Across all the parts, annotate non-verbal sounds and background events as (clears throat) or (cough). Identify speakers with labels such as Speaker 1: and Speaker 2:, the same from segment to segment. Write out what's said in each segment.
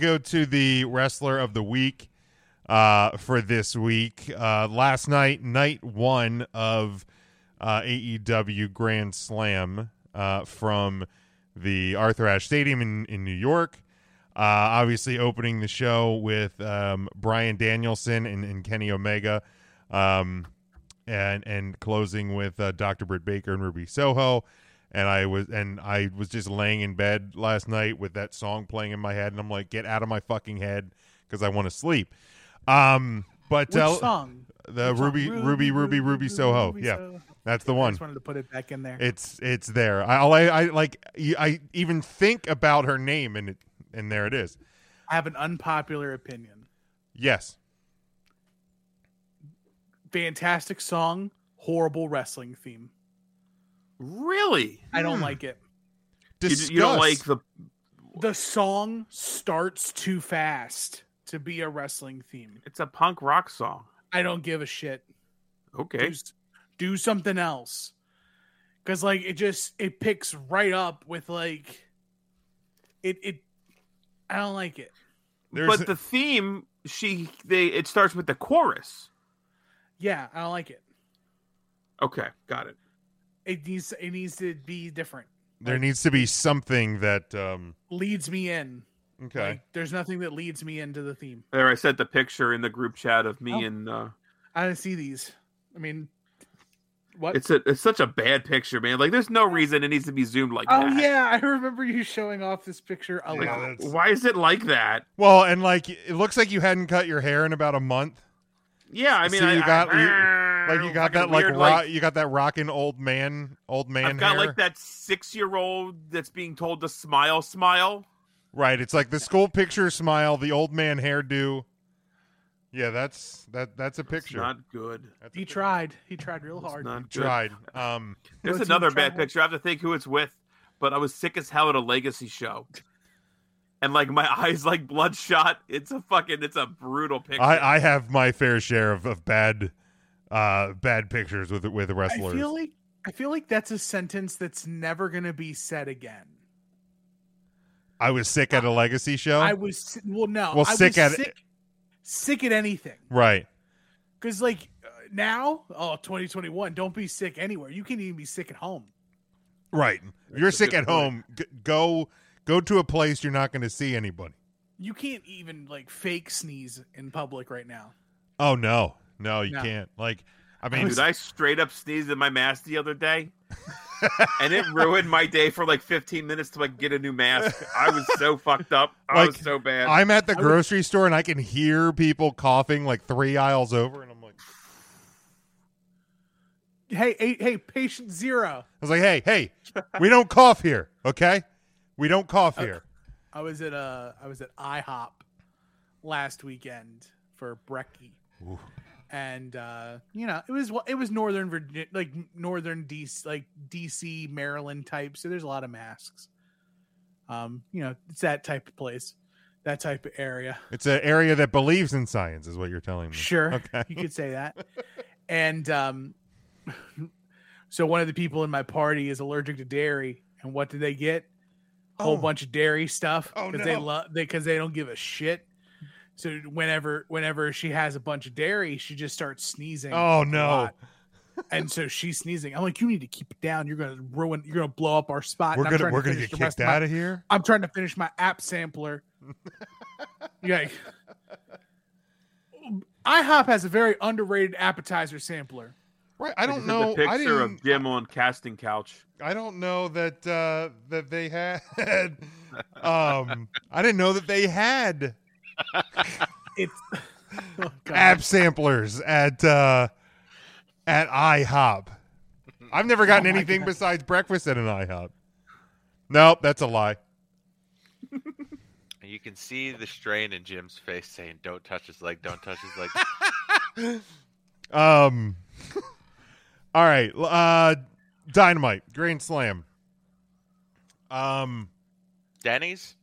Speaker 1: go to the wrestler of the week uh, for this week. Uh, last night, night one of uh, AEW Grand Slam uh, from the Arthur Ashe Stadium in, in New York. Uh, obviously, opening the show with um, Brian Danielson and, and Kenny Omega, um, and and closing with uh, Dr. Britt Baker and Ruby Soho. And I was and I was just laying in bed last night with that song playing in my head, and I'm like, "Get out of my fucking head," because I want to sleep. Um, but
Speaker 2: Which
Speaker 1: uh,
Speaker 2: song?
Speaker 1: the
Speaker 2: Which song?
Speaker 1: Ruby, Ruby, Ruby, Ruby, Soho. yeah,
Speaker 2: Soho.
Speaker 1: that's the
Speaker 2: I
Speaker 1: one.
Speaker 2: just wanted to put it back in there.
Speaker 1: It's it's there. I, all I, I like y- I even think about her name and it and there it is.
Speaker 2: I have an unpopular opinion.
Speaker 1: Yes.
Speaker 2: Fantastic song, horrible wrestling theme.
Speaker 3: Really?
Speaker 2: I don't
Speaker 1: Hmm.
Speaker 2: like it.
Speaker 3: You,
Speaker 1: Discuss.
Speaker 3: you don't like the
Speaker 2: The song starts too fast to be a wrestling theme.
Speaker 3: it's a punk rock song.
Speaker 2: I don't give a shit.
Speaker 3: Okay.
Speaker 2: do, s- do something else because like it just it picks right up with like it it i don't like it
Speaker 1: There's
Speaker 3: but the theme she they it starts with the chorus.
Speaker 2: yeah i don't like it
Speaker 3: Okay, got it.
Speaker 2: it needs it needs to be different
Speaker 1: there needs to be something that um
Speaker 2: leads me in
Speaker 1: okay.
Speaker 2: like there's nothing that leads me into the theme
Speaker 3: There I sent the picture in the group chat of me
Speaker 2: Oh.
Speaker 3: and uh
Speaker 2: i didn't see these i mean what
Speaker 3: it's a it's such a bad picture, man. Like there's no reason it needs to be zoomed like
Speaker 2: oh
Speaker 3: that.
Speaker 2: yeah i remember you showing off this picture a
Speaker 1: Yeah,
Speaker 2: lot
Speaker 1: that's-
Speaker 3: Why is it like that?
Speaker 1: well, and like it looks like you hadn't cut your hair in about a month.
Speaker 3: Yeah, I mean,
Speaker 1: So
Speaker 3: I,
Speaker 1: you got-
Speaker 3: I-
Speaker 1: Like you got that
Speaker 3: fucking
Speaker 1: like,
Speaker 3: weird,
Speaker 1: ro- you got that rocking old man old man
Speaker 3: I've got
Speaker 1: hair.
Speaker 3: like that six year old that's being told to smile, smile.
Speaker 1: Right, it's like the school picture smile, the old man hairdo. Yeah, that's that that's a
Speaker 3: It's
Speaker 1: picture.
Speaker 3: not good.
Speaker 1: That's a
Speaker 2: he
Speaker 1: picture.
Speaker 2: tried he tried real
Speaker 3: It's
Speaker 2: hard
Speaker 3: not good.
Speaker 1: tried. Um
Speaker 3: There's
Speaker 2: What's he
Speaker 3: another
Speaker 2: trying
Speaker 3: bad
Speaker 2: to-
Speaker 3: picture. I have to think who it's with, but I was sick as hell at a legacy show. And like my (laughs) eyes like bloodshot. It's a fucking it's a brutal picture.
Speaker 1: I, I have my fair share of, of bad uh bad pictures with with
Speaker 2: i
Speaker 1: wrestlers.
Speaker 2: feel like i feel like that's a sentence that's never gonna be said again
Speaker 1: I was sick at a legacy show.
Speaker 2: I was si- well, no,
Speaker 1: Well,
Speaker 2: I
Speaker 1: sick
Speaker 2: was
Speaker 1: at-
Speaker 2: sick, sick at anything.
Speaker 1: right.
Speaker 2: Because like uh, now, oh, 2021, don't be sick anywhere. You can even be sick at home.
Speaker 1: Right. If you're
Speaker 3: That's a
Speaker 1: sick
Speaker 3: good
Speaker 1: at home. G- go go to a place you're not going to see anybody.
Speaker 2: You can't even like fake sneeze in public right now.
Speaker 1: Oh no. No, you
Speaker 2: No.
Speaker 1: can't. Like I mean
Speaker 3: Dude, I straight up sneezed in my mask the
Speaker 1: (laughs)
Speaker 3: other day. and it ruined my day for like 15 minutes to like get a new mask. I was
Speaker 1: (laughs)
Speaker 3: so fucked up. I was
Speaker 1: Like,
Speaker 3: so bad.
Speaker 1: I'm at the
Speaker 2: I would-
Speaker 1: grocery store and I can hear people coughing like 3 aisles over and I'm like I
Speaker 2: Hey, hey, hey, patient zero.
Speaker 1: was like, "Hey, hey, we don't cough here, okay? We don't cough
Speaker 2: Okay.
Speaker 1: here."
Speaker 2: I was at uh, I was at IHOP last weekend for brekkie.
Speaker 1: Ooh.
Speaker 2: And uh, you know, it was it was northern Virginia, like northern DC, like DC, Maryland type. So there's a lot of masks. Um, you know, it's that type of place, that type of area.
Speaker 1: It's an area that believes in science is what you're telling me.
Speaker 2: Sure,
Speaker 1: Hmm. Okay.
Speaker 2: you could say that. (laughs) And um, (laughs) so one of the people in my party is allergic to dairy, and what did they get? A whole
Speaker 1: Oh.
Speaker 2: bunch of dairy stuff
Speaker 1: Oh,
Speaker 2: they
Speaker 1: no.
Speaker 2: love they because they don't give a shit. So whenever whenever she has a bunch of dairy, she just starts sneezing.
Speaker 1: Oh
Speaker 2: a
Speaker 1: no.
Speaker 2: lot. And so she's sneezing. I'm like, you need to keep it down. You're gonna ruin. You're gonna blow up our spot.
Speaker 1: We're
Speaker 2: and
Speaker 1: going to
Speaker 2: I'm trying to
Speaker 1: we're going to
Speaker 2: finish
Speaker 1: get
Speaker 2: the rest
Speaker 1: kicked
Speaker 2: of my-
Speaker 1: out of here.
Speaker 2: I'm trying to finish my
Speaker 1: (laughs)
Speaker 2: app sampler. yeah. IHOP has a very underrated appetizer sampler.
Speaker 1: Right. I
Speaker 3: just
Speaker 1: don't
Speaker 3: sent
Speaker 1: know.
Speaker 3: The picture
Speaker 1: I didn't
Speaker 3: of Jim on casting couch.
Speaker 1: I don't know that uh, that they had. (laughs) Um, I didn't know that they had
Speaker 2: It's oh, God.
Speaker 1: app samplers at uh, at IHOP. I've never gotten
Speaker 2: Oh, my
Speaker 1: anything
Speaker 2: goodness.
Speaker 1: besides breakfast at an IHOP. Nope, that's a lie.
Speaker 4: And you can see the strain in Jim's face saying, Don't touch his leg, don't touch
Speaker 1: (laughs)
Speaker 4: his leg.
Speaker 1: Um, (laughs) all right, l- uh, Dynamite Grand Slam. Um,
Speaker 4: Denny's?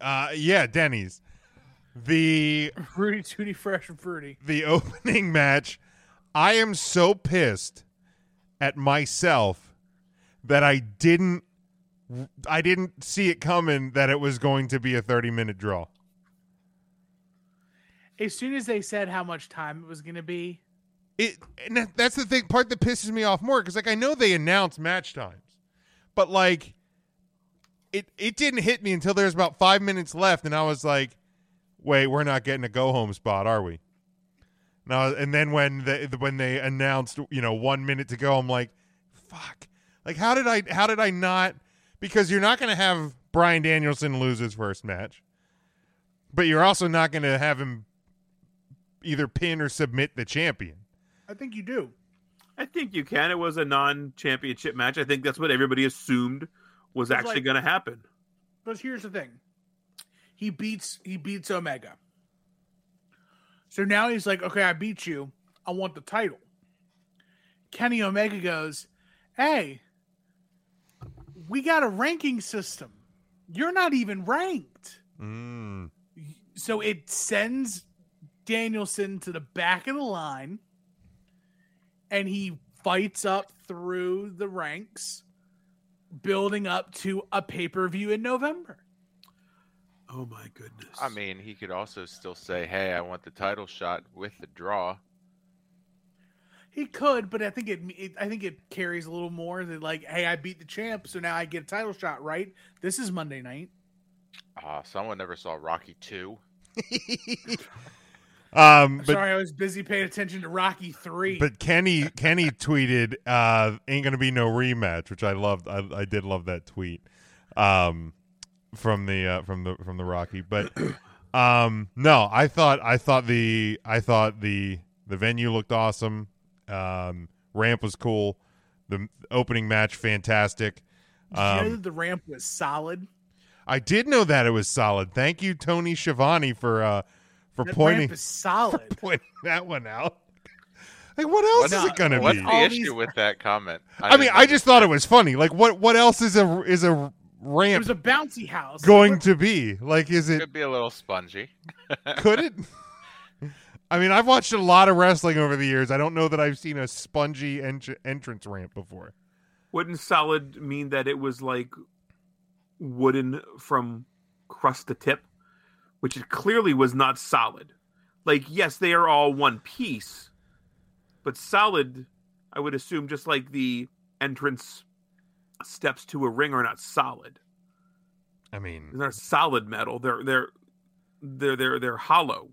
Speaker 1: uh, yeah, Denny's. The
Speaker 2: Fruity Tooty Fresh and Fruity.
Speaker 1: the (laughs) opening match, I am so pissed at myself that I didn't I didn't see it coming that it was going to be a 30 minute draw.
Speaker 2: as soon as they said how much time it was going to be,
Speaker 1: it and that- that's the thing part that pisses me off more because like i know they announced match times but like it it didn't hit me until there was about five minutes left and i was like wait we're not getting a go home spot are we now and then when they when they announced you know one minute to go i'm like fuck like how did i how did i not because you're not going to have brian danielson lose his first match but you're also not going to have him either pin or submit the champion
Speaker 2: I think you do.
Speaker 3: I think you can. It was a non-championship match. I think that's what everybody assumed was
Speaker 2: It's
Speaker 3: actually
Speaker 2: like-
Speaker 3: going to happen.
Speaker 2: But here's the thing. He beats he beats Omega. So now he's like, okay, I beat you. I want the title. Kenny Omega goes, Hey, we got a ranking system. You're not even ranked.
Speaker 1: Mm.
Speaker 2: So it sends Danielson to the back of the line and he fights up through the ranks, building up to a pay per view in November.
Speaker 3: Oh my goodness!
Speaker 4: I mean, he could also still say, "Hey, I want the title shot with the draw."
Speaker 2: He could, but I think it, it I think it carries a little more than like, hey, I beat the champ, so now I get a title shot, right? This is Monday night.
Speaker 4: Ah, someone never saw Rocky two.
Speaker 1: um,
Speaker 2: I'm
Speaker 1: but
Speaker 2: sorry, I was busy paying attention to Rocky three.
Speaker 1: but Kenny Kenny tweeted, uh, "Ain't gonna be no rematch," which I loved. I, I did love that tweet um, from the uh, from the from the Rocky. But (clears throat) um, no, I thought I thought the I thought the the venue looked awesome. Um, ramp was cool. The opening match fantastic.
Speaker 2: Did you know
Speaker 1: Um,
Speaker 2: that the ramp was solid.
Speaker 1: I did know that it was solid. Thank you, Tony Schiavone, for uh, for
Speaker 2: That
Speaker 1: pointing
Speaker 2: ramp
Speaker 1: (laughs)
Speaker 2: is solid.
Speaker 1: pointing that one out. Like what else is
Speaker 2: What's-
Speaker 1: it gonna
Speaker 4: What's
Speaker 1: be?
Speaker 4: the
Speaker 2: All
Speaker 4: issue
Speaker 2: these-
Speaker 4: with that comment?
Speaker 1: (laughs) I mean,
Speaker 4: didn't
Speaker 1: I just thought it was funny. Like, what what else is a is a
Speaker 2: It
Speaker 1: ramp
Speaker 2: was a bouncy house.
Speaker 1: going to be? Like, is
Speaker 4: (laughs) understand.
Speaker 1: it
Speaker 4: could be a little spongy.
Speaker 1: could it? I mean, I've watched a lot of wrestling over the years. I don't know that I've seen a spongy entr entrance ramp before.
Speaker 3: wouldn't solid mean that it was like wooden from crust to tip, which it clearly was not solid. Like, yes, they are all one piece, but solid, I would assume, just like the entrance steps to a ring are not solid.
Speaker 1: I mean,
Speaker 3: They're solid metal. They're they're they're they're they're hollow.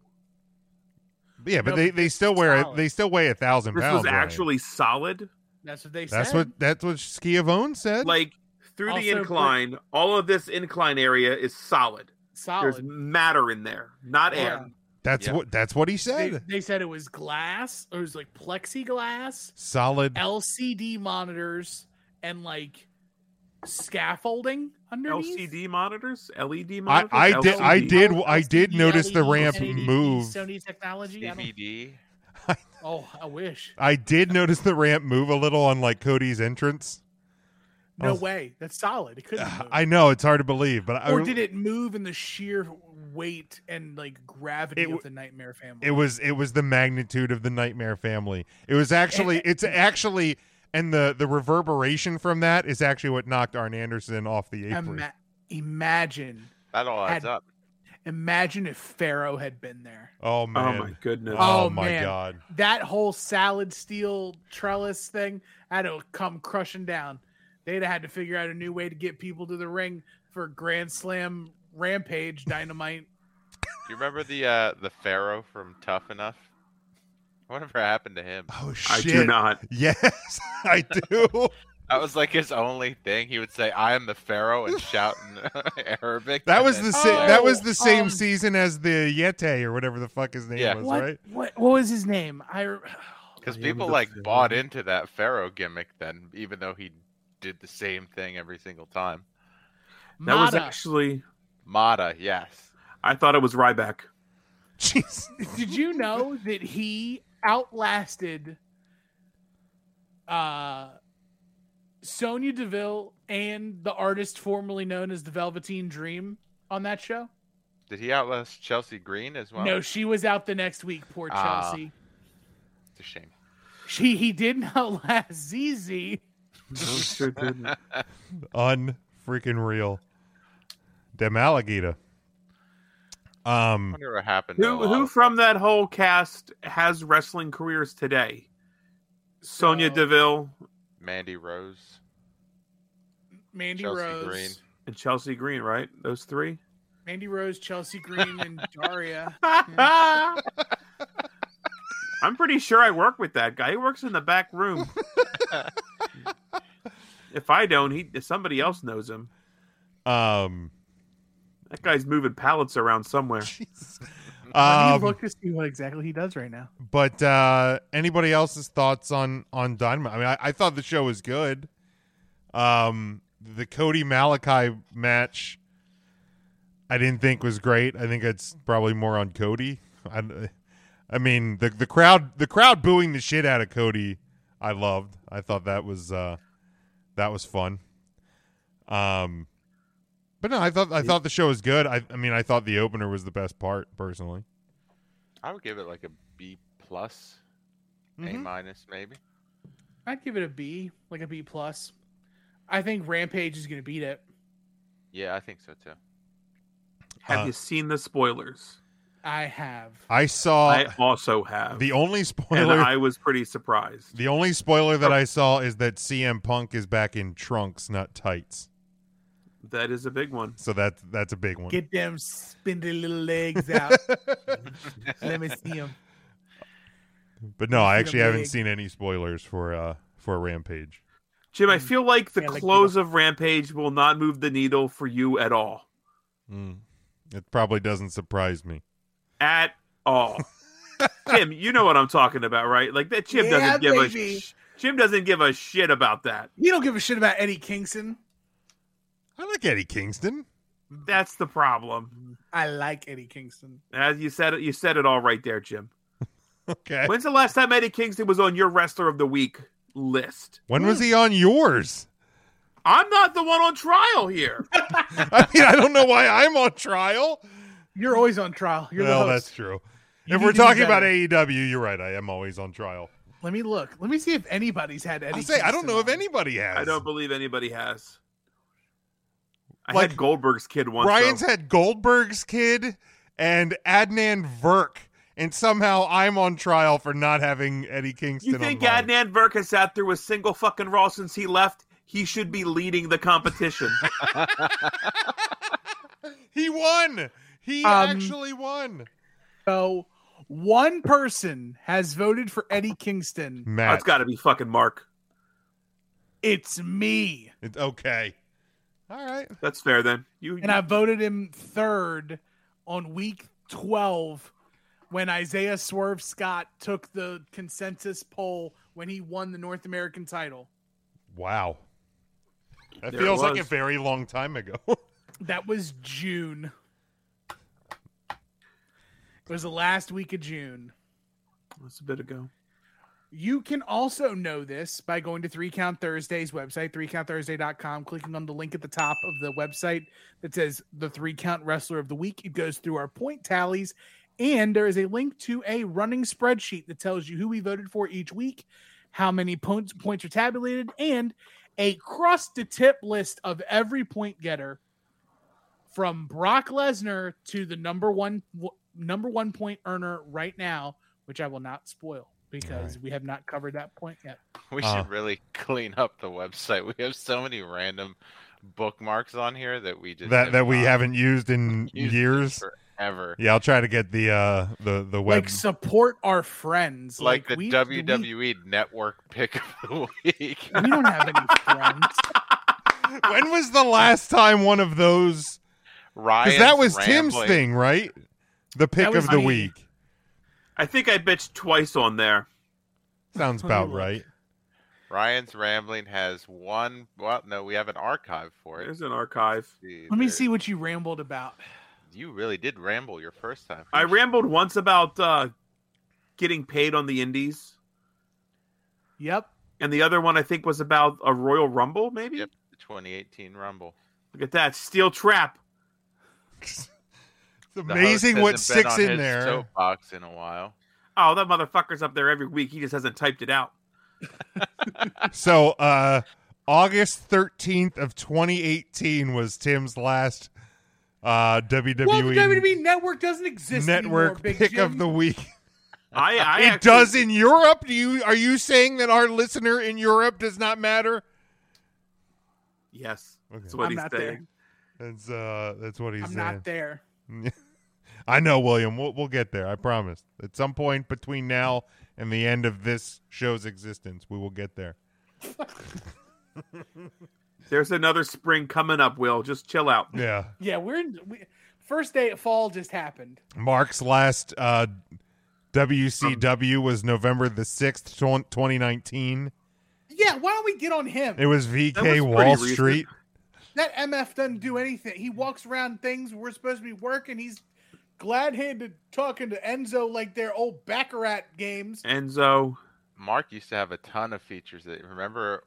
Speaker 1: yeah, but
Speaker 2: No,
Speaker 1: they, they still wear
Speaker 2: solid.
Speaker 1: they still weigh a thousand
Speaker 3: This
Speaker 1: pounds.
Speaker 3: was
Speaker 1: Ryan.
Speaker 3: actually solid.
Speaker 2: That's what they
Speaker 1: that's
Speaker 2: said.
Speaker 1: what that's what Schiavone said.
Speaker 3: Like through
Speaker 2: Also,
Speaker 3: the
Speaker 2: Brit-
Speaker 3: incline, all of this incline area is solid. There's
Speaker 2: solid.
Speaker 3: matter in there, not air.
Speaker 2: Yeah.
Speaker 1: that's
Speaker 4: yeah.
Speaker 1: what that's what he
Speaker 2: They,
Speaker 1: said.
Speaker 2: they said it was glass. Or it was like plexiglass,
Speaker 1: solid.
Speaker 2: LCD monitors, and like scaffolding underneath.
Speaker 3: LCD monitors, LED
Speaker 1: I,
Speaker 3: monitors.
Speaker 1: I did I
Speaker 3: LCD.
Speaker 2: Oh,
Speaker 1: did I did notice the
Speaker 2: LCD,
Speaker 1: ramp
Speaker 2: LED,
Speaker 1: move.
Speaker 2: Sony technology. I don't-
Speaker 4: DVD.
Speaker 2: oh, I wish.
Speaker 1: I did notice the ramp move a little on like Cody's entrance.
Speaker 2: No
Speaker 1: Oh. Uh,
Speaker 2: way. That's solid. It couldn't. Move.
Speaker 1: (laughs) I know it's hard to believe, but
Speaker 2: or
Speaker 1: I,
Speaker 2: did it move in the sheer weight and like gravity
Speaker 1: It w-
Speaker 2: of the Nightmare Family?
Speaker 1: it was it was the magnitude of the Nightmare Family. It was actually it's actually and the the reverberation from that is actually what knocked Arn Anderson off the apron.
Speaker 2: Ima- imagine,
Speaker 4: That all adds
Speaker 2: Had-
Speaker 4: up.
Speaker 2: imagine if Pharaoh had been there.
Speaker 1: oh
Speaker 3: Oh
Speaker 1: man.
Speaker 3: my goodness!
Speaker 1: Oh,
Speaker 2: Oh,
Speaker 1: my
Speaker 2: man.
Speaker 1: god.
Speaker 2: That whole salad steel trellis thing, that'd have come crushing down. They'd have had to figure out a new way to get people to the ring for Grand Slam
Speaker 1: (laughs)
Speaker 2: Rampage Dynamite.
Speaker 4: Do you remember the uh, the Pharaoh from Tough Enough? Whatever happened to him?
Speaker 1: Oh
Speaker 3: I
Speaker 1: shit.
Speaker 3: do not.
Speaker 1: (laughs) Yes, I do.
Speaker 4: That was like his only thing. He would say, "I am the Pharaoh" and shout in (laughs) Arabic.
Speaker 1: That
Speaker 4: and
Speaker 1: was
Speaker 4: then
Speaker 1: the
Speaker 4: say,
Speaker 1: sa- that was the same
Speaker 2: um,
Speaker 1: season as the Yeti or whatever the fuck his name
Speaker 4: Yeah.
Speaker 1: was,
Speaker 2: what,
Speaker 1: right? (laughs)
Speaker 2: what? What was his name? I. (sighs) re-
Speaker 4: Because
Speaker 3: I am
Speaker 4: people
Speaker 3: the
Speaker 4: like
Speaker 3: Pharaoh.
Speaker 4: bought into that Pharaoh gimmick then, even though he did the same thing every single time.
Speaker 3: That was
Speaker 2: Mata.
Speaker 3: actually.
Speaker 4: Mata, yes.
Speaker 3: I thought it was Ryback.
Speaker 1: Jeez.
Speaker 2: (laughs) Did you know that he outlasted uh Sonia Deville and the artist formerly known as the Velveteen Dream on that show?
Speaker 4: Did he outlast Chelsea Green as well?
Speaker 2: No, she was out the next week, poor
Speaker 4: Ah.
Speaker 2: Chelsea.
Speaker 4: It's a shame.
Speaker 2: She he didn't (laughs) outlast ZZ.
Speaker 1: (laughs)
Speaker 3: Oh, sure didn't.
Speaker 1: Unfreaking real. Dem alligator.
Speaker 4: I
Speaker 1: Um,
Speaker 4: wonder what happened. to uh, a
Speaker 3: Who
Speaker 4: lot
Speaker 3: who
Speaker 4: of-
Speaker 3: from that whole cast has wrestling careers today? Sonia
Speaker 2: So,
Speaker 3: Deville
Speaker 4: Mandy Rose.
Speaker 2: Mandy
Speaker 4: Chelsea
Speaker 2: Rose,
Speaker 4: Green.
Speaker 3: and Chelsea Green, right? Those three.
Speaker 2: Mandy Rose, Chelsea Green, and
Speaker 3: (laughs)
Speaker 2: Daria.
Speaker 3: I'm pretty sure I work with that guy. He works in the back room. if I don't, he somebody else knows him.
Speaker 1: um,
Speaker 3: That guy's moving pallets around somewhere.
Speaker 1: (laughs)
Speaker 2: Let
Speaker 1: um,
Speaker 2: me look to see what exactly he does right now.
Speaker 1: but uh, anybody else's thoughts on on Dynamite? I mean, I, I thought the show was good. Um, the Cody Malachi match, I didn't think was great. I think it's probably more on Cody. I, I mean the the crowd the crowd booing the shit out of Cody. I loved. I thought that was uh, that was fun. Um, but no, I thought I thought the show was good. I I mean, I thought the opener was the best part personally.
Speaker 4: I would give it like a B plus, A Mm-hmm.
Speaker 1: Mhm.
Speaker 4: minus maybe.
Speaker 2: I'd give it a B, like a B plus. I think Rampage is going to beat it.
Speaker 4: Yeah, I think so too. (laughs)
Speaker 3: Have
Speaker 1: Uh,
Speaker 3: you seen the spoilers?
Speaker 2: I have.
Speaker 1: I saw
Speaker 3: I also have.
Speaker 1: uh, The only
Speaker 3: and
Speaker 1: spoiler,
Speaker 3: I was pretty surprised.
Speaker 1: the only spoiler that I saw is that CM Punk is back in trunks, not tights.
Speaker 3: That is a big one.
Speaker 1: So that that's a big one.
Speaker 2: Get them spindly little legs out. Let me see them.
Speaker 1: but no, I
Speaker 2: Get
Speaker 1: actually
Speaker 2: a
Speaker 1: haven't
Speaker 2: big-
Speaker 1: seen any spoilers for uh for Rampage.
Speaker 3: Jim, I feel like the
Speaker 2: Mm. Yeah, like
Speaker 3: close of Rampage will not move the needle for you at all. Hmm.
Speaker 1: It probably doesn't surprise me.
Speaker 3: At
Speaker 1: (laughs)
Speaker 3: all. Jim, you know what I'm talking about, right? Like that Jim
Speaker 2: Yeah,
Speaker 3: doesn't give
Speaker 2: baby.
Speaker 3: a sh- Jim doesn't give a shit about that.
Speaker 2: You don't give a shit about Eddie Kingston.
Speaker 1: I like Eddie Kingston. (laughs)
Speaker 3: That's the problem.
Speaker 2: I like Eddie Kingston.
Speaker 3: As you said it, you said it all right there, Jim.
Speaker 1: Okay. When,
Speaker 3: When's the last time Eddie Kingston was on your wrestler of the week list?
Speaker 1: was he on yours? (laughs)
Speaker 3: I'm not the one on trial here.
Speaker 1: I mean, I don't know why I'm on trial.
Speaker 2: You're always on trial. You're
Speaker 1: well,
Speaker 2: the
Speaker 1: that's
Speaker 2: host.
Speaker 1: true.
Speaker 2: You
Speaker 1: if
Speaker 2: need
Speaker 1: we're
Speaker 2: to do
Speaker 1: talking about
Speaker 2: better.
Speaker 1: AEW, you're right. I am always on trial.
Speaker 2: let me look. Let me see if anybody's had Eddie.
Speaker 1: I say I don't
Speaker 2: Kingston
Speaker 1: know if
Speaker 2: on.
Speaker 1: anybody has.
Speaker 3: I don't believe anybody has. I
Speaker 1: Like-
Speaker 3: had Goldberg's kid once.
Speaker 1: Ryan's
Speaker 3: though.
Speaker 1: had Goldberg's kid and Adnan Verk, and somehow I'm on trial for not having Eddie Kingston.
Speaker 3: you think
Speaker 1: on mine.
Speaker 3: Adnan Burke has sat through a single fucking Raw since he left? He should be leading the competition.
Speaker 1: He won. He
Speaker 2: Um,
Speaker 1: actually won.
Speaker 2: So one person has voted for Eddie Kingston.
Speaker 3: Oh,
Speaker 1: Matt,
Speaker 3: it's got to be fucking Mark.
Speaker 2: It's me,
Speaker 1: it's okay. All right.
Speaker 3: That's fair then. You
Speaker 2: and I voted him third on week twelve when Isaiah Swerve Scott took the consensus poll when he won the North American title.
Speaker 1: Wow. That
Speaker 3: There it
Speaker 1: feels like
Speaker 3: was.
Speaker 1: a very long time ago. (laughs)
Speaker 2: That was June. It was the last week of June.
Speaker 3: That's a bit ago.
Speaker 2: You can also know this by going to Three Count Thursday's website, threecounthursday.com, clicking on the link at the top of the website that says the Three Count Wrestler of the Week. It goes through our point tallies, and there is a link to a running spreadsheet that tells you who we voted for each week, how many points points are tabulated, and a cross to tip list of every point getter from Brock Lesnar to the number one number one point earner right now, which I will not spoil because we have not covered that point yet.
Speaker 4: We
Speaker 1: Uh.
Speaker 4: should really (laughs) clean up the website. We have so many random bookmarks on here that we just
Speaker 1: that
Speaker 4: have
Speaker 1: that we
Speaker 4: not
Speaker 1: haven't used in
Speaker 4: used
Speaker 1: years.
Speaker 4: forever.
Speaker 1: Yeah, I'll try to get the uh the the web.
Speaker 2: Like support our friends,
Speaker 4: Like, the
Speaker 2: we- We,
Speaker 4: WWE Network pick of the (laughs) week.
Speaker 2: we don't have any friends.
Speaker 1: when was the last time one of those? Because
Speaker 4: Ryan,
Speaker 1: that was Tim's thing, right? The pick
Speaker 2: was
Speaker 1: of the
Speaker 2: me.
Speaker 1: week.
Speaker 3: I think I bitched twice on there.
Speaker 1: Sounds
Speaker 2: Let me
Speaker 1: about
Speaker 2: look.
Speaker 1: right.
Speaker 4: Ryan's rambling has one. Well, no, we have an archive for it.
Speaker 3: There's an archive.
Speaker 4: Dude,
Speaker 2: Let me
Speaker 4: there-
Speaker 2: see what you rambled about.
Speaker 4: You really did ramble your first time.
Speaker 3: I
Speaker 4: You should-
Speaker 3: rambled once about uh, getting paid on the indies,
Speaker 2: Yep.
Speaker 3: and the other one I think was about a Royal Rumble, maybe.
Speaker 4: Yep, the 2018 Rumble.
Speaker 3: Look at that steel trap.
Speaker 1: It's
Speaker 4: The host
Speaker 1: amazing what
Speaker 4: hasn't been
Speaker 1: sticks
Speaker 4: on
Speaker 1: in
Speaker 4: his
Speaker 1: there.
Speaker 4: (laughs) Soapbox in a while.
Speaker 3: Oh, that motherfucker's up there every week. He just hasn't typed it out.
Speaker 1: So, uh, August 13th of 2018 was Tim's last Uh, WWE,
Speaker 2: well, the WWE Network doesn't exist E anymore.
Speaker 1: Network
Speaker 2: Big
Speaker 1: pick
Speaker 2: Jim.
Speaker 1: of the week. (laughs)
Speaker 3: I, I
Speaker 1: it
Speaker 3: actually-
Speaker 1: does in Europe. Do you are you saying that our listener in Europe does not matter?
Speaker 3: Yes,
Speaker 1: Okay.
Speaker 3: that's what
Speaker 2: I'm
Speaker 3: he's
Speaker 2: not
Speaker 3: saying.
Speaker 1: That's uh, that's what he's
Speaker 2: I'm
Speaker 1: saying.
Speaker 2: not there.
Speaker 1: I know, William. We'll, we'll get there. I promise. At some point between now and the end of this show's existence, we will get there.
Speaker 3: There's another spring coming up. Will just chill out.
Speaker 1: Yeah.
Speaker 2: Yeah, we're in. We, first day of fall just happened.
Speaker 1: Mark's last uh, WCW was November the 6th, tw- 2019.
Speaker 2: Yeah, why don't we get on him?
Speaker 1: It was
Speaker 3: That was
Speaker 1: VK
Speaker 3: pretty
Speaker 1: Wall
Speaker 3: recent.
Speaker 1: Street.
Speaker 2: That MF doesn't do anything. He walks around things we're supposed to be working. He's glad handed talking to Enzo like they're old Baccarat games.
Speaker 3: Enzo.
Speaker 4: Mark used to have a ton of features that remember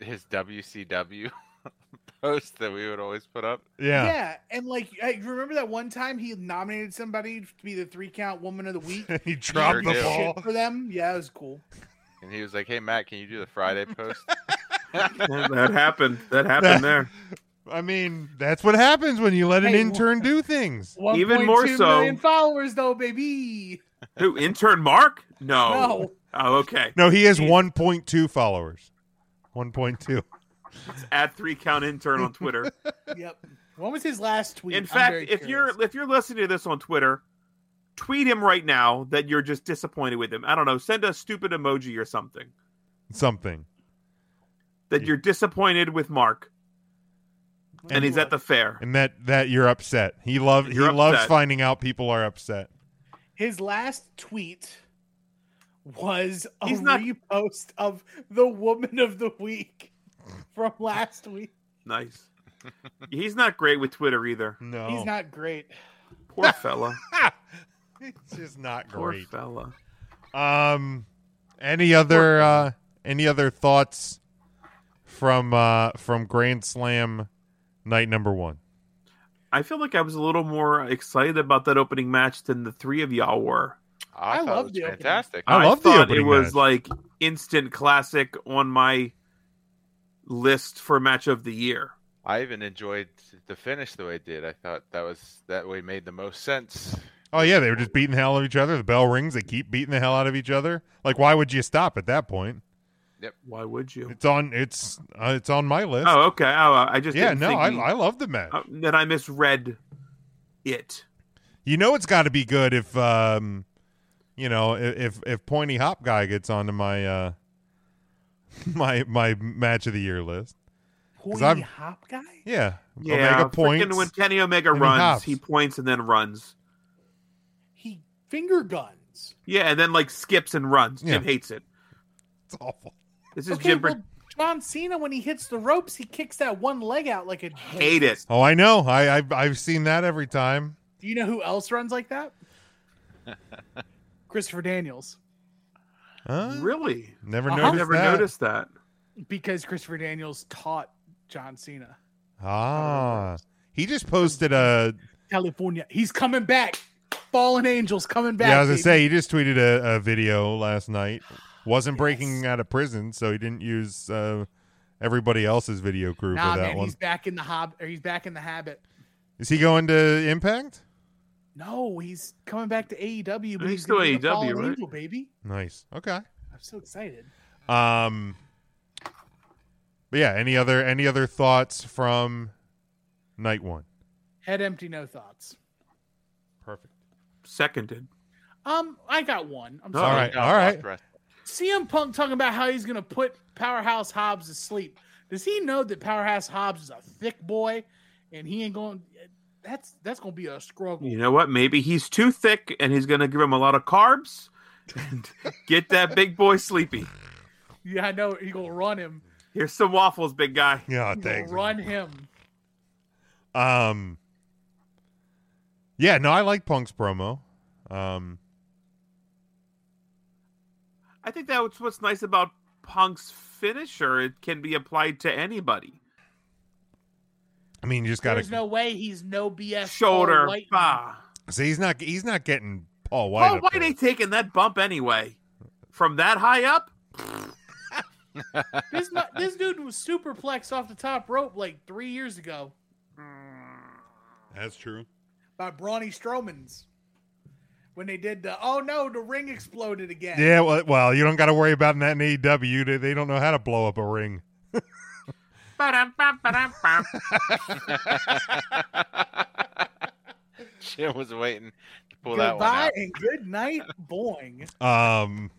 Speaker 4: his WCW (laughs) post that we would always put up.
Speaker 1: Yeah.
Speaker 2: and like I you remember that one time he nominated somebody to be the three count woman of the week.
Speaker 1: (laughs) he dropped
Speaker 4: Sure
Speaker 1: the
Speaker 4: did.
Speaker 1: ball.
Speaker 2: Shit for them. Yeah, it was cool.
Speaker 4: And he was like, "Hey Matt, can you do the Friday post?"
Speaker 2: (laughs)
Speaker 4: (laughs)
Speaker 3: That that happened.
Speaker 1: (laughs)
Speaker 3: That happened there.
Speaker 1: I mean, that's what happens when you let an
Speaker 2: Hey,
Speaker 1: intern do things.
Speaker 3: Even more
Speaker 2: 1.2
Speaker 3: so-
Speaker 2: million followers though, baby.
Speaker 3: Who intern Mark? No.
Speaker 2: No,
Speaker 3: Oh, okay.
Speaker 1: No, he has
Speaker 3: Jeez.
Speaker 1: 1.2 followers. 1.2.
Speaker 3: At three count intern on Twitter.
Speaker 2: (laughs) yep. When was his last tweet?
Speaker 3: In
Speaker 2: I'm
Speaker 3: fact,
Speaker 2: very
Speaker 3: if
Speaker 2: curious.
Speaker 3: you're if you're listening to this on Twitter, tweet him right now that you're just disappointed with him. I don't know. Send a stupid emoji or something
Speaker 1: (laughs) Something.
Speaker 3: that
Speaker 1: Yeah.
Speaker 3: you're disappointed with Mark and, he's at the fair.
Speaker 1: And that that you're upset. He love he
Speaker 3: You're
Speaker 1: loves
Speaker 3: upset.
Speaker 1: finding out people are upset.
Speaker 2: his last tweet was a
Speaker 3: He's not-
Speaker 2: repost of the woman of the week from last week.
Speaker 1: (laughs)
Speaker 3: Nice. he's not great with Twitter either.
Speaker 1: No. (laughs)
Speaker 2: He's not great.
Speaker 3: Poor fella.
Speaker 1: it's just not
Speaker 3: Poor
Speaker 1: great.
Speaker 3: fella.
Speaker 1: Um, any other uh, any other thoughts from uh, from Grand Slam night number one?
Speaker 3: I feel like I was a little more excited about that opening match than the three of y'all were.
Speaker 4: I,
Speaker 2: I
Speaker 4: thought
Speaker 2: love
Speaker 4: it was
Speaker 2: the opening.
Speaker 4: fantastic.
Speaker 1: I love the
Speaker 3: thought
Speaker 1: opening
Speaker 3: It was
Speaker 1: match.
Speaker 3: like instant classic on my list for match of the year.
Speaker 4: I even enjoyed the finish the way it did. I thought that was that way made the most sense.
Speaker 1: Oh yeah, they were just beating the hell out of each other. The bell rings. They keep beating the hell out of each other. Like, why would you stop at that point?
Speaker 3: Why would you?
Speaker 1: It's on. It's uh, it's on my list.
Speaker 3: Oh, okay. Oh, I just
Speaker 1: yeah,
Speaker 3: didn't
Speaker 1: no,
Speaker 3: think
Speaker 1: I,
Speaker 3: you-
Speaker 1: I love the match.
Speaker 3: uh, that I misread it.
Speaker 1: You know, it's got to be good if um, you know, i- if if Pointy Hop guy gets onto my uh, (laughs) my my match of the year list.
Speaker 2: Hoity
Speaker 1: I'm-
Speaker 2: hop guy?
Speaker 1: Yeah,
Speaker 3: Yeah,
Speaker 1: Omega
Speaker 3: freaking
Speaker 1: points.
Speaker 3: When Kenny Omega
Speaker 1: and he
Speaker 3: runs,
Speaker 1: hops.
Speaker 3: he points and then runs.
Speaker 2: He finger guns.
Speaker 3: Yeah, and then like skips and runs. Jim
Speaker 1: Yeah.
Speaker 3: hates it.
Speaker 1: (laughs) It's awful.
Speaker 3: This is
Speaker 2: Okay,
Speaker 3: Jim.
Speaker 2: well, John Cena when he hits the ropes, he kicks that one leg out like a
Speaker 3: hate it.
Speaker 1: Oh, I know. I I've, I've seen that every time.
Speaker 2: Do you know who else runs like that? Christopher Daniels.
Speaker 1: Huh?
Speaker 3: Really?
Speaker 1: Never
Speaker 2: Uh-huh.
Speaker 1: noticed
Speaker 3: I never
Speaker 1: that.
Speaker 3: noticed that.
Speaker 2: Because Christopher Daniels taught John Cena.
Speaker 1: Ah, he just posted a.
Speaker 2: California. He's coming back. Fallen Angels coming back.
Speaker 1: yeah, I was gonna
Speaker 2: baby.
Speaker 1: say he just tweeted a, a video last night. Wasn't breaking
Speaker 2: Yes.
Speaker 1: out of prison, so he didn't use uh, everybody else's video crew
Speaker 2: Nah,
Speaker 1: for that
Speaker 2: man,
Speaker 1: one.
Speaker 2: he's back in the hob or he's back in the habit.
Speaker 1: Is he going to Impact?
Speaker 2: No, he's coming back to AEW, but
Speaker 3: He's
Speaker 2: he's,
Speaker 3: still
Speaker 2: gonna be the
Speaker 3: AEW,
Speaker 2: Fallen
Speaker 3: right?
Speaker 2: Angel, baby.
Speaker 1: Nice. Okay.
Speaker 2: I'm so excited.
Speaker 1: Um. But yeah, any other any other thoughts from night one?
Speaker 2: Head empty, no thoughts.
Speaker 1: Perfect.
Speaker 3: Seconded.
Speaker 2: Um, I got one. I'm
Speaker 3: Oh.
Speaker 1: All
Speaker 2: sorry.
Speaker 1: right,
Speaker 4: Good
Speaker 1: all right.
Speaker 4: Ross Dress-
Speaker 2: CM Punk talking about how he's gonna put Powerhouse Hobbs to sleep. Does he know that Powerhouse Hobbs is a thick boy, and he ain't going? That's that's gonna be a struggle.
Speaker 3: You know what? Maybe he's too thick, and he's gonna give him a lot of carbs.
Speaker 1: (laughs)
Speaker 3: And get that big boy sleepy.
Speaker 2: Yeah, I know. He gonna run him.
Speaker 3: Here's some waffles, big guy.
Speaker 1: Yeah,
Speaker 2: He gonna
Speaker 1: thanks.
Speaker 2: run him.
Speaker 1: Um. Yeah, no, I like Punk's promo. Um,
Speaker 3: I think that's what's nice about Punk's finisher. It can be applied to anybody.
Speaker 1: I mean, you just got
Speaker 2: There's
Speaker 1: to
Speaker 2: no way he's no BS.
Speaker 3: Shoulder,
Speaker 2: Paul
Speaker 4: (laughs)
Speaker 2: White.
Speaker 3: bah.
Speaker 1: see. He's not. He's not getting Paul White.
Speaker 3: Paul
Speaker 1: up
Speaker 3: White
Speaker 1: there.
Speaker 3: ain't taking that bump anyway. From that high up,
Speaker 2: This mu- this dude was superplexed off the top rope like three years ago.
Speaker 1: That's That's true.
Speaker 2: by Brawny Strowman's when they did the oh no, the ring exploded again.
Speaker 1: Yeah, well, well you don't got to worry about that in AEW. They, they don't know how to blow up a ring.
Speaker 3: Ba-dum-bum-ba-dum-bum.
Speaker 4: (laughs) Jim was waiting to pull that one
Speaker 2: Goodbye
Speaker 4: out.
Speaker 2: and good night, boing.
Speaker 1: Um,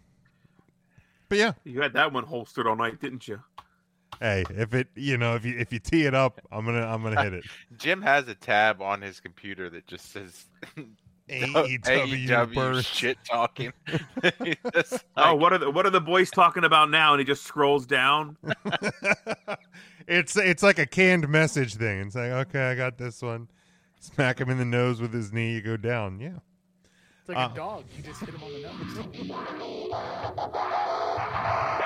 Speaker 1: but yeah,
Speaker 3: you had that one holstered all night, didn't you?
Speaker 1: hey, if it you know if you if you tee it up, I'm gonna I'm gonna (laughs) hit it.
Speaker 4: Jim has a tab on his computer that just says
Speaker 1: E
Speaker 4: "Oh, E
Speaker 1: AEW burst.
Speaker 4: shit talking. (laughs) He's just
Speaker 3: oh,
Speaker 4: like,
Speaker 3: what are the what are the boys talking about now? And he just scrolls down.
Speaker 1: (laughs) it's it's like a canned message thing. It's like okay, I got this one. Smack him in the nose with his knee. You go down. Yeah.
Speaker 2: It's like
Speaker 1: Uh.
Speaker 2: a dog. You just hit him on the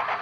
Speaker 2: nose.